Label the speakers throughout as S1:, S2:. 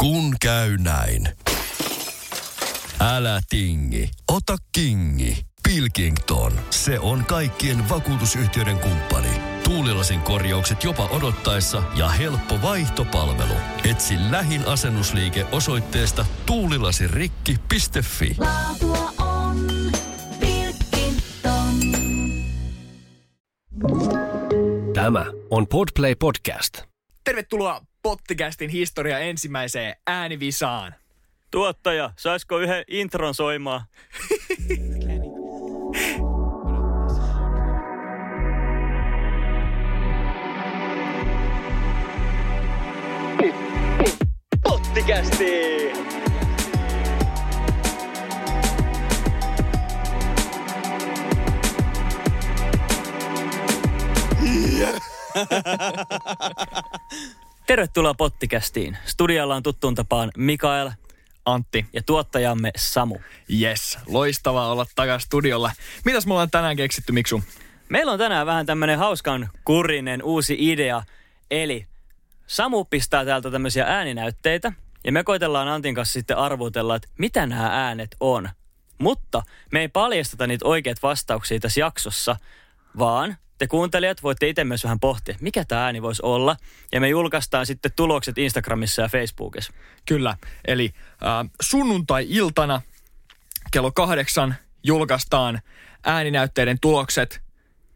S1: Kun käy näin. Älä tingi, ota kingi. Pilkington, se on kaikkien vakuutusyhtiöiden kumppani. Tuulilasin korjaukset jopa odottaessa ja helppo vaihtopalvelu. Etsi lähin asennusliike osoitteesta tuulilasirikki.fi.
S2: Laatua on Pilkington.
S3: Tämä on Podplay Podcast.
S4: Tervetuloa Pottikästin historia ensimmäiseen äänivisaan.
S5: Tuottaja, saisiko yhden intron soimaan? Tervetuloa Pottikästiin. Studiolla on tuttuun tapaan Mikael
S4: Antti.
S5: ja tuottajamme Samu.
S4: Yes, loistavaa olla takas studiolla. Mitäs me ollaan tänään keksitty, Miksu?
S5: Meillä on tänään vähän tämmönen hauskan kurinen uusi idea. Eli Samu pistää täältä tämmöisiä ääninäytteitä ja me koitellaan Antin kanssa sitten arvotella, että mitä nämä äänet on. Mutta me ei paljasteta niitä oikeat vastauksia tässä jaksossa, vaan te kuuntelijat voitte itse myös vähän pohtia, mikä tämä ääni voisi olla. Ja me julkaistaan sitten tulokset Instagramissa ja Facebookissa.
S4: Kyllä, eli äh, sunnuntai-iltana kello kahdeksan julkaistaan ääninäytteiden tulokset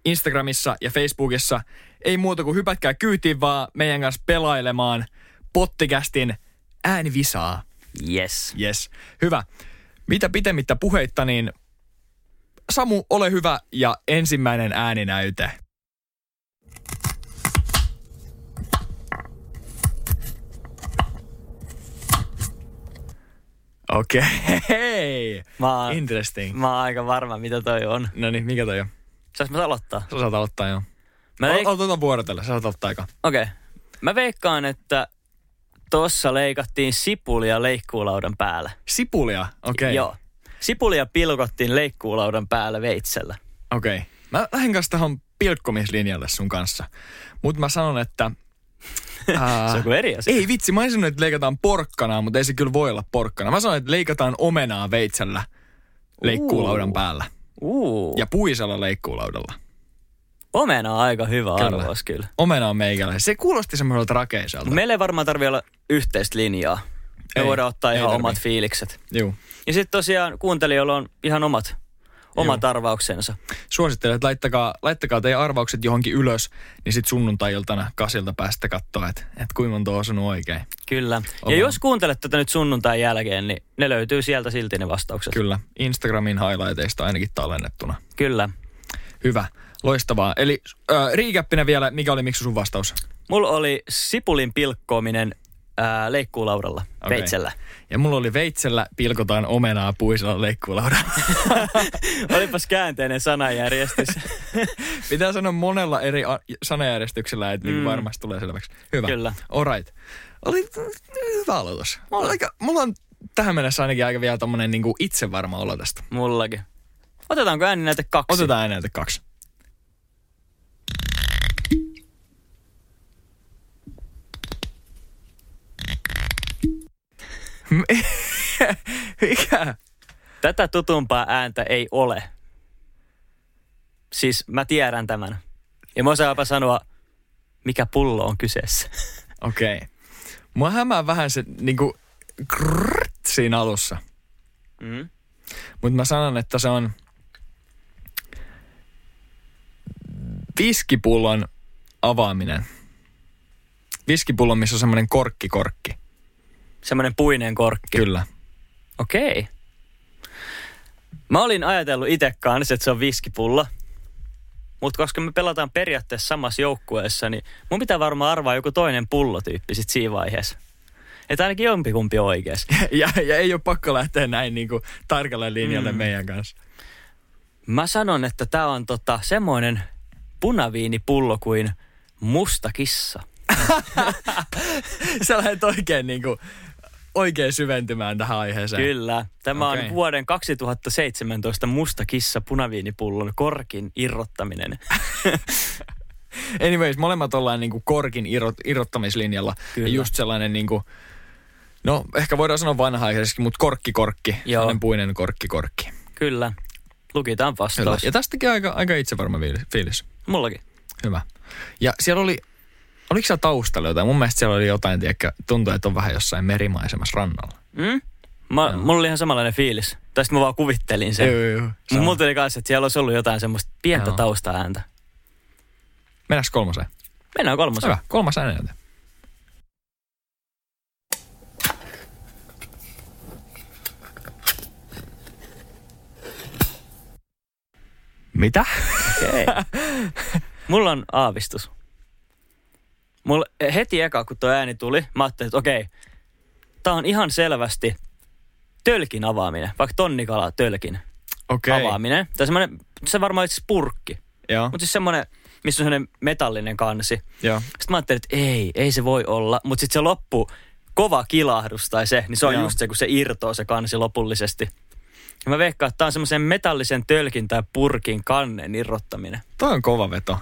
S4: Instagramissa ja Facebookissa. Ei muuta kuin hypätkää kyytiin vaan meidän kanssa pelailemaan Pottikästin äänivisaa.
S5: Yes.
S4: Yes, hyvä. Mitä pitemmittä puheitta, niin Samu, ole hyvä ja ensimmäinen ääninäyte. Okei, okay.
S5: Mä oon,
S4: interesting.
S5: mä oon aika varma, mitä toi on.
S4: No niin, mikä toi on?
S5: Saas mä aloittaa?
S4: Sä saat aloittaa jo.
S5: Mä veik-
S4: Otetaan vuorotella, sä saat aloittaa aika.
S5: Okei. Okay. Mä veikkaan, että tossa leikattiin sipulia leikkuulaudan päällä.
S4: Sipulia, okei. Okay.
S5: Joo. Sipulia pilkottiin leikkuulaudan päällä veitsellä.
S4: Okei. Okay. Mä lähden kanssa tähän pilkkomislinjalle sun kanssa. Mutta mä sanon, että... Ää,
S5: Se on kuin eri asia.
S4: Ah. ei vitsi, mä en sanonut, että leikataan porkkanaa, mutta ei se kyllä voi olla porkkana. Mä sanoin, että leikataan omenaa veitsellä leikkuulaudan
S5: Uu.
S4: päällä.
S5: Uu.
S4: Ja puisella leikkuulaudalla.
S5: Omena on aika hyvä
S4: Kyllä.
S5: arvos kyllä.
S4: Omena on meikäläinen. Se kuulosti semmoiselta rakeiselta. Me...
S5: Meillä ei varmaan tarvi olla yhteistä linjaa. Me
S4: Ei,
S5: ei, voidaan ottaa
S4: ei
S5: ihan
S4: tarvii.
S5: omat fiilikset.
S4: Juu.
S5: Ja sitten tosiaan kuuntelijoilla on ihan omat, omat arvauksensa.
S4: Suosittelen, että laittakaa, laittakaa teidän arvaukset johonkin ylös, niin sit sunnuntai-iltana kasilta päästä katsoa, että et kuinka monta on osunut oikein.
S5: Kyllä.
S4: Oma-
S5: Ja jos kuuntelet tätä nyt sunnuntain jälkeen, niin ne löytyy sieltä silti ne vastaukset.
S4: Kyllä, Instagramin highlighteista ainakin tallennettuna.
S5: Kyllä.
S4: Hyvä, loistavaa. Eli äh, riikäppinä vielä, mikä oli miksi sun vastaus?
S5: Mulla oli sipulin pilkkoaminen ää, leikkuulaudalla,
S4: Okei.
S5: okay. veitsellä.
S4: Ja mulla oli veitsellä pilkotaan omenaa puisella leikkuulaudalla.
S5: Olipas käänteinen sanajärjestys.
S4: Pitää sanoa monella eri a- sanajärjestyksellä, että mm.
S5: Mm.
S4: varmasti tulee selväksi. Hyvä.
S5: Kyllä.
S4: Alright. Oli hyvä aloitus. Mulla, on aika, mulla on tähän mennessä ainakin aika vielä tommonen niinku itsevarma olo tästä.
S5: Mullakin. Otetaanko ääni näitä kaksi?
S4: Otetaan ääneltä kaksi. Mikä?
S5: Tätä tutumpaa ääntä ei ole. Siis mä tiedän tämän. Ja mä osaanpa sanoa, mikä pullo on kyseessä.
S4: Okei. Okay. Mua hämää vähän se niinku krrrt siinä alussa.
S5: Mm.
S4: Mutta mä sanon, että se on viskipullon avaaminen. Viskipullo, missä on semmoinen korkkikorkki.
S5: Semmoinen puinen korkki.
S4: Kyllä.
S5: Okei. Okay. Mä olin ajatellut itse kanssa, että se on viskipullo. Mutta koska me pelataan periaatteessa samassa joukkueessa, niin mun pitää varmaan arvaa joku toinen pullotyyppi sit siinä vaiheessa. Että ainakin jompikumpi on oikeas.
S4: Ja, ja ei ole pakko lähteä näin niinku tarkalle linjalle mm. meidän kanssa.
S5: Mä sanon, että tää on tota, semmoinen punaviinipullo kuin musta kissa.
S4: Sä lähdet oikein, niinku, oikein syventymään tähän aiheeseen.
S5: Kyllä. Tämä okay.
S4: Okei.
S5: on vuoden 2017 musta kissa punaviinipullon korkin irrottaminen.
S4: Anyways, molemmat ollaan niinku korkin irrot, irrottamislinjalla. Kyllä.
S5: Kyllä.
S4: Ja just sellainen niinku, No, ehkä voidaan sanoa vanha-aikaisesti, mutta korkkikorkki.
S5: Joo.
S4: Joo. puinen korkkikorkki.
S5: Kyllä. Lukitaan
S4: Kyllä.
S5: vastaus.
S4: Ja tästäkin aika, aika itsevarma fiilis- fiilis.
S5: Mullakin.
S4: Hyvä. Ja siellä oli, oliko siellä taustalla jotain? Mun mielestä siellä oli jotain, tiedäkö, tuntuu, että on vähän jossain merimaisemassa rannalla.
S5: Mm? Mä, mulla oli ihan samanlainen fiilis. Tästä mä vaan kuvittelin sen. Joo,
S4: joo.
S5: Mut mulla tuli kanssa, että siellä olisi ollut jotain semmoista pientä
S4: Joo.
S5: taustaääntä.
S4: Mennäänkö kolmoseen?
S5: Mennään kolmoseen.
S4: Hyvä, kolmas äänenjote. Mitä?
S5: Okei. Mulla on aavistus. Mulla eh, heti eka, kun tuo ääni tuli, mä ajattelin, että okei, tää on ihan selvästi tölkin avaaminen, vaikka tonnikala tölkin
S4: Okei.
S5: okay. avaaminen. Tai semmonen, se varmaan itse asiassa purkki,
S4: Joo,
S5: mutta siis semmonen, missä on semmonen metallinen kansi.
S4: joo.
S5: Sitten mä ajattelin, että ei, ei se voi olla, mutta sitten se loppu, kova kilahdus tai se, niin se on
S4: Joo.
S5: Joo. just se, kun se irtoaa se kansi lopullisesti. Ja mä veikkaan, että tää on semmoisen metallisen tölkin tai purkin kannen irrottaminen.
S4: Toi on kova veto.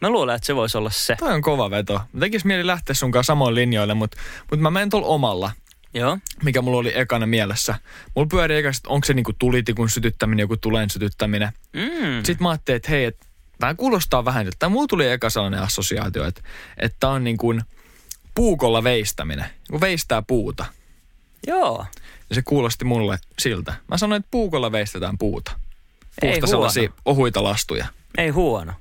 S5: Mä luulen, että se voisi olla se.
S4: Toi on kova veto. Mä tekis mieli lähteä sunkaan samoin linjoille, mutta mut mä menen tuolla omalla,
S5: Joo.
S4: mikä mulla oli ekana mielessä. Mulla pyöri ekas, että onko se niinku tulitikun sytyttäminen, joku tulen sytyttäminen.
S5: Mm.
S4: Sitten mä ajattelin, että hei, että tämä kuulostaa vähän, että mulla tuli eka sellainen assosiaatio, että tämä on niin kuin puukolla veistäminen, kun veistää puuta.
S5: Joo.
S4: Ja se kuulosti mulle siltä. Mä sanoin, että puukolla veistetään puuta.
S5: Ei
S4: Puusta
S5: huono.
S4: sellaisia ohuita lastuja.
S5: Ei huono.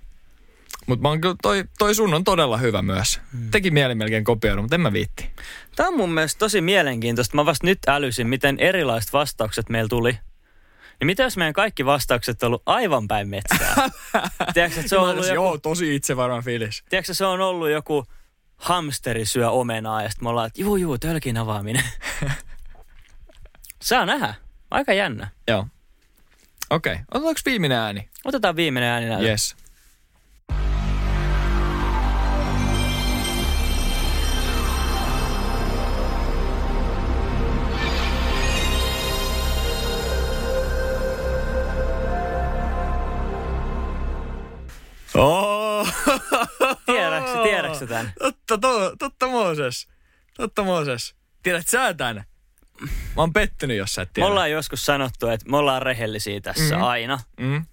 S4: Mutta mä oon kyllä, toi, toi sun on todella hyvä myös.
S5: Hmm.
S4: Teki mieli melkein kopioida, mutta en mä viitti.
S5: Tämä on mun mielestä tosi mielenkiintoista. Mä vasta nyt älysin, miten erilaiset vastaukset meillä tuli. Ja mitä jos meidän kaikki vastaukset on ollut aivan päin metsää? tiedätkö, että se on ollut joku,
S4: Joo, tosi itsevarma fiilis.
S5: tiedätkö, se on ollut joku hamsteri syö omenaa ja sitten me ollaan, että juu juu, tölkin avaaminen. Saa nähdä. Aika jännä.
S4: Joo. Okei, okay. otetaanko viimeinen ääni?
S5: Otetaan viimeinen ääninäyte.
S4: Yes. Oh!
S5: Tiedätkö, tiedätkö tämän?
S4: Totta, to, totta Mooses. Totta Mooses. Tiedät sä tän? Mä oon pettynyt, jos sä et
S5: Me
S4: tiedä.
S5: ollaan joskus sanottu, että me ollaan rehellisiä tässä mm-hmm. aina.
S4: Mm.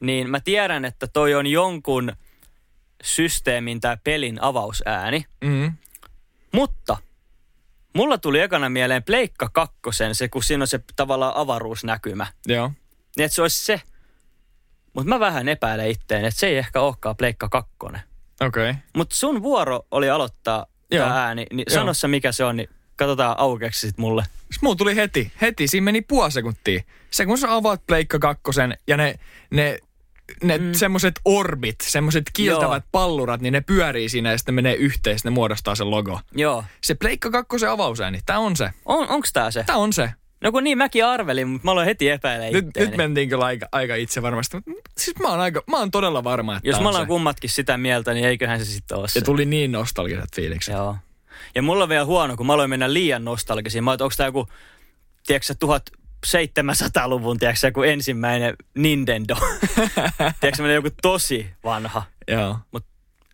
S5: niin mä tiedän, että toi on jonkun systeemin tai pelin avausääni.
S4: Mm.
S5: Mutta mulla tuli ekana mieleen Pleikka kakkosen, se kun siinä on se tavallaan avaruusnäkymä.
S4: Joo.
S5: Niin että se olisi se. Mutta mä vähän epäilen itteen, että se ei ehkä olekaan Pleikka kakkonen.
S4: Okei. Okay.
S5: Mutta sun vuoro oli aloittaa
S4: Joo.
S5: tämä ääni, niin
S4: Joo.
S5: sano sä mikä se on, niin katsotaan aukeaksi sit mulle.
S4: Siis Mulla tuli heti, heti, siinä meni puoli sekuntia. Se kun sä avaat Pleikka kakkosen ja ne, ne, ne mm. semmoset orbit, semmoset kiiltävät Joo. pallurat, niin ne pyörii siinä ja sitten ne menee yhteen, sitten ne muodostaa sen logo.
S5: Joo.
S4: Se Pleikka kakkosen avausääni, tää on se,
S5: On, onks tää se?
S4: tää on se.
S5: No kun niin mäkin arvelin, mutta mä aloin heti epäilemään
S4: Nyt,
S5: itteeni.
S4: nyt mentiin kyllä aika, aika itse varmasti, mutta siis mä oon, aika, mä oon todella varma, että
S5: Jos
S4: tää
S5: me
S4: on se.
S5: ollaan kummatkin sitä mieltä, niin eiköhän se sitten ole se.
S4: Ja tuli niin nostalgiset fiilikset.
S5: Joo. Ja mulla on vielä huono, kun mä aloin mennä liian nostalgisiin. Mä onko tämä joku, tiedätkö 1700-luvun, tiedätkö joku ensimmäinen Nintendo. tiedätkö menee joku tosi vanha.
S4: Joo.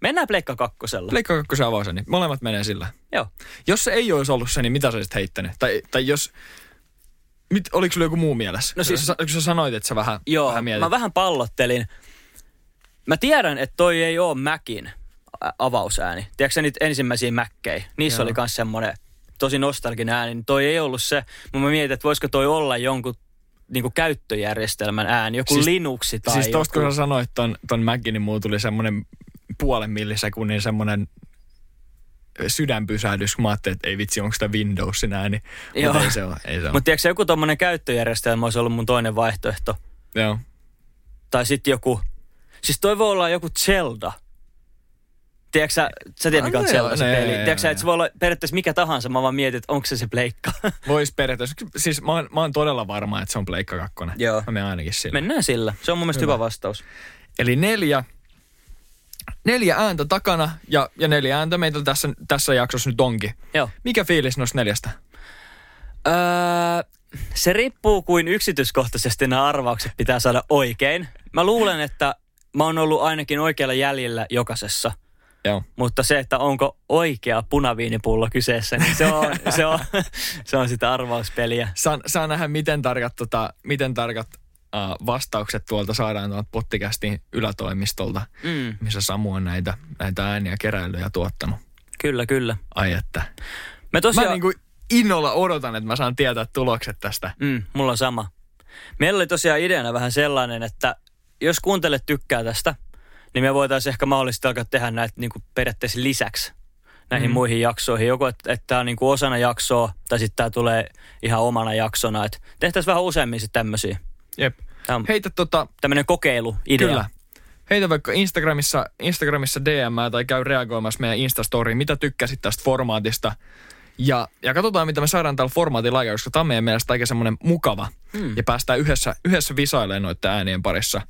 S5: Mennään Pleikka kakkosella.
S4: Pleikka kakkosen avausääni, molemmat menee sillä.
S5: Joo.
S4: Jos se ei olisi ollut se, niin mitä sä olisit heittänyt? Tai, tai jos... Mit, oliko sulla joku muu mielessä?
S5: No siis-
S4: Sä, kun sä sanoit, että sä vähän,
S5: Joo,
S4: vähän mietit.
S5: mä vähän pallottelin. Mä tiedän, että toi ei oo Mäkin ä, avausääni. Tiedätkö sä niitä ensimmäisiä Mäkkejä? Niissä
S4: Joo.
S5: oli myös semmoinen tosi nostalginen ääni. niin Toi ei ollut se, mutta mä mietin, että voisiko toi olla jonkun niinku käyttöjärjestelmän ääni, joku
S4: Siis-
S5: siis, Linuxi tai
S4: siis tosta,
S5: joku.
S4: kun sä sanoit ton, ton Mäkin, niin mulla tuli semmonen puolen millisekunnin semmonen sydänpysähdys, kun mä ajattelin, että ei vitsi, onko sitä Windowsin ääni.
S5: Joo.
S4: Mutta niin ei se ole. Ei se ole.
S5: Mutta tiedätkö, joku tuommoinen käyttöjärjestelmä olisi ollut mun toinen vaihtoehto.
S4: Joo.
S5: Tai sitten joku, siis toi voi olla joku Zelda. Tiedätkö sä, sä tiedät mikä
S4: Ah,
S5: on
S4: no
S5: Zelda
S4: joo,
S5: se
S4: no joo,
S5: peli.
S4: joo,
S5: Tiedätkö sä,
S4: joo,
S5: että se voi olla periaatteessa mikä tahansa, mä vaan mietin, että onko se se pleikka.
S4: Voisi periaatteessa. Siis mä oon, mä oon todella varma, että se on Pleikka 2.
S5: Joo.
S4: Mä menen ainakin sillä.
S5: Mennään sillä. Se on mun mielestä hyvä, vastaus.
S4: Eli neljä, neljä ääntä takana ja, ja neljä ääntä meitä tässä, tässä jaksossa nyt onkin.
S5: Joo.
S4: Mikä fiilis noista neljästä?
S5: Öö, se riippuu, kuin yksityiskohtaisesti nämä arvaukset pitää saada oikein. Mä luulen, että mä oon ollut ainakin oikealla jäljellä jokaisessa.
S4: Joo.
S5: Mutta se, että onko oikea punaviinipullo kyseessä, niin se on, se on, se on sitä arvauspeliä.
S4: Saa, saa nähdä, miten tarkat, tota, miten tarkat äh, vastaukset tuolta saadaan tuolta pottikästin ylätoimistolta,
S5: Mm,
S4: missä Samu on näitä, näitä ääniä keräillyt ja tuottanut.
S5: kyllä, kyllä.
S4: Ai että.
S5: Me
S4: Mä
S5: tosiaan,
S4: niin kuin innolla odotan, että mä saan tietää tulokset tästä.
S5: mm, mulla on sama. Meillä oli tosiaan ideana vähän sellainen, että jos kuuntelet tykkää tästä, niin me voitaisiin ehkä mahdollisesti alkaa tehdä näitä niin kuin periaatteessa lisäksi näihin
S4: Mm.
S5: mm. muihin jaksoihin. Joko, että, että tämä on niin kuin osana jaksoa, tai sitten tämä tulee ihan omana jaksona. Että tehtäisiin vähän useammin sitten tämmöisiä.
S4: Jep.
S5: Tämä on
S4: Heitä tota,
S5: tämmöinen kokeiluidea.
S4: Kyllä. Heitä vaikka Instagramissa, Instagramissa DM tai käy reagoimassa meidän Instastoriin, mitä tykkäsit tästä formaatista. Ja, ja katsotaan, mitä me saadaan tällä formaatilla aikaa, koska tämä on meidän mielestä aika semmoinen mukava.
S5: Mm.
S4: Ja päästään yhdessä, yhdessä visailemaan noiden äänien parissa.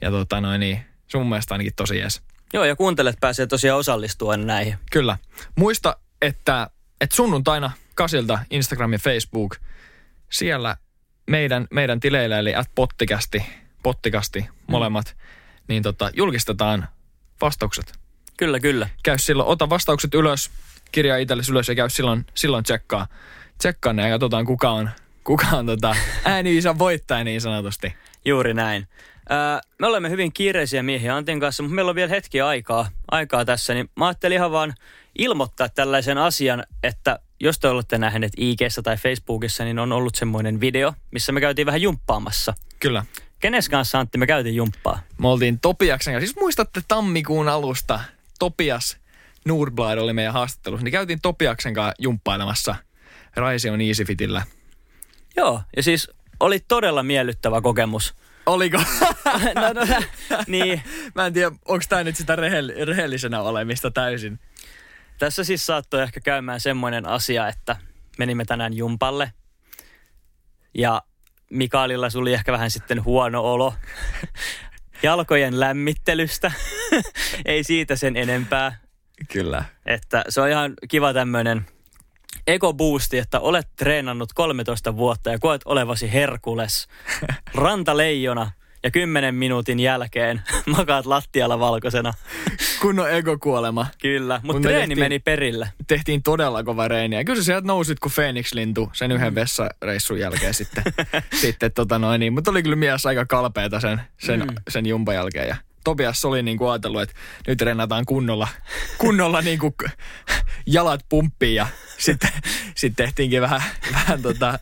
S4: Ja tota noin, niin se on mun mielestä ainakin tosi jees.
S5: Joo, ja kuuntelet pääsee tosiaan osallistua aina näihin.
S4: Kyllä. Muista, että, että sunnuntaina kasilta Instagram ja Facebook, siellä meidän, meidän tileillä, eli at pottikästi, pottikästi molemmat, niin tota, julkistetaan vastaukset.
S5: Kyllä, kyllä.
S4: Käy silloin, ota vastaukset ylös, kirjaa itsellesi ylös ja käy silloin, silloin tsekkaa, tsekkaa ne ja katsotaan kuka on, kuka on tota, ääni-isän voittaja niin sanotusti.
S5: Juuri näin. Öö, me olemme hyvin kiireisiä miehiä Antin kanssa, mutta meillä on vielä hetki aikaa, aikaa tässä, niin mä ajattelin ihan vaan ilmoittaa tällaisen asian, että jos te olette nähneet ig tai Facebookissa, niin on ollut semmoinen video, missä me käytiin vähän jumppaamassa.
S4: Kyllä.
S5: Kenes kanssa Antti me käytiin jumppaa?
S4: Me oltiin Topiaksen kanssa. Siis muistatte tammikuun alusta Topias Nordblad oli meidän haastattelussa. Niin käytiin Topiaksen kanssa jumppailemassa Raision Easyfitillä.
S5: Joo, ja siis oli todella miellyttävä kokemus.
S4: Oliko?
S5: no, no, niin,
S4: Mä en tiedä, onko tämä nyt sitä rehell- rehellisenä olemista täysin.
S5: Tässä siis saattoi ehkä käymään semmoinen asia, että menimme tänään jumpalle ja Mikaelilla suli ehkä vähän sitten huono olo jalkojen lämmittelystä. Ei siitä sen enempää.
S4: Kyllä.
S5: Että se on ihan kiva tämmöinen ekoboosti, että olet treenannut 13 vuotta ja koet olevasi Herkules, rantaleijona ja 10 minuutin jälkeen makaat lattialla valkoisena.
S4: Kunnon ego-kuolema.
S5: Kyllä,
S4: Mun
S5: mutta treeni
S4: tehtiin-
S5: meni perille.
S4: Tehtiin todella kova reeniä. Kyllä sä sieltä nousit kuin Phoenix-lintu sen yhden vessareissun jälkeen sitten. sitten tota noin, niin. Mutta oli kyllä mies aika kalpeeta sen, sen, mm. sen jumpan jälkeen. Ja Tobias oli niin kuin ajatellut, että nyt rennataan kunnolla, kunnolla niin kuin jalat pumppiin ja sitten sit tehtiinkin vähän, vähän tota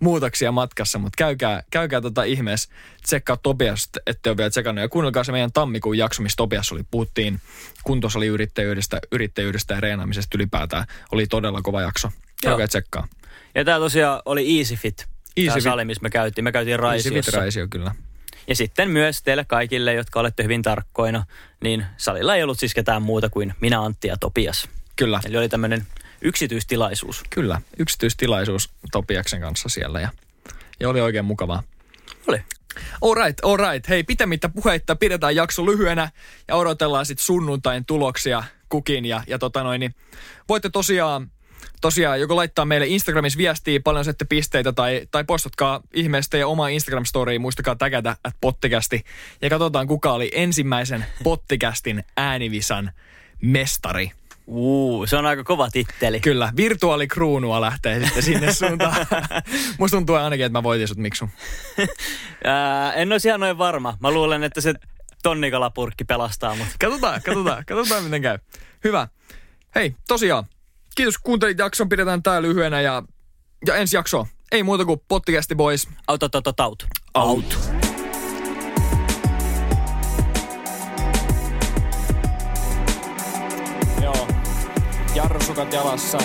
S4: muutoksia matkassa, mutta käykää, käykää tota ihmeessä, tsekkaa Tobias, ette ole vielä tsekannut ja kuunnelkaa se meidän tammikuun jakso, missä Tobias oli, puhuttiin kuntosaliyrittäjyydestä, yrittäjyydestä ja reenaamisesta ylipäätään. Oli todella kova jakso. Käykää
S5: Joo.
S4: tsekkaa.
S5: Ja tämä tosiaan oli Easy Fit. Easy
S4: Easy
S5: fit. sali, missä me käytiin. Me käytiin Raisiossa.
S4: Raisio, kyllä.
S5: Ja sitten myös teille kaikille, jotka olette hyvin tarkkoina, niin salilla ei ollut siis ketään muuta kuin minä, Antti ja Topias.
S4: Kyllä,
S5: Eli oli tämmöinen yksityistilaisuus.
S4: kyllä. Yksityistilaisuus Topiaksen kanssa siellä ja, ja oli oikein mukavaa.
S5: Oli.
S4: All right, all right. Hei, pitämättä puheitta pidetään jakso lyhyenä ja odotellaan sitten sunnuntain tuloksia kukin. Ja, ja tota noin, niin voitte tosiaan, tosiaan joko laittaa meille Instagramissa viestiä, paljon saatte pisteitä tai, tai postatkaa ihmeessä teidän omaa instagram storyin muistakaa tägätä at pottikästi. Ja katsotaan, kuka oli ensimmäisen pottikästin äänivisan mestari.
S5: Uu, se on aika kova titteli.
S4: Kyllä, virtuaalikruunua lähtee sitten sinne suuntaan. Musta tuntuu ainakin, että mä voitin sut, Miksu.
S5: Ää, en olisi ihan noin varma. Mä luulen, että se tonnikalapurkki pelastaa mut.
S4: Katsotaan, katsotaan, katsotaan miten käy. Hyvä. Hei, tosiaan, kiitos kun kuuntelit jakson, pidetään tää lyhyenä ja, ja ensi jakso. Ei muuta kuin pottikästi boys.
S5: Out, out, out, out.
S4: Out. Joo, jarrusukat jalassa.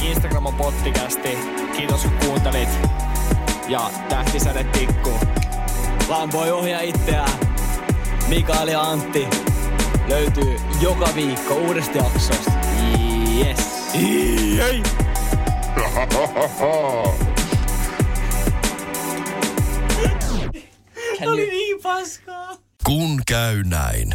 S4: Instagram on pottikästi. Kiitos kun kuuntelit. Ja tähtisäde tikkuu.
S5: Vaan voi ohjaa itseään. Mikael ja Antti löytyy joka viikko uudesta jaksosta. Yes.
S1: Kun käy näin.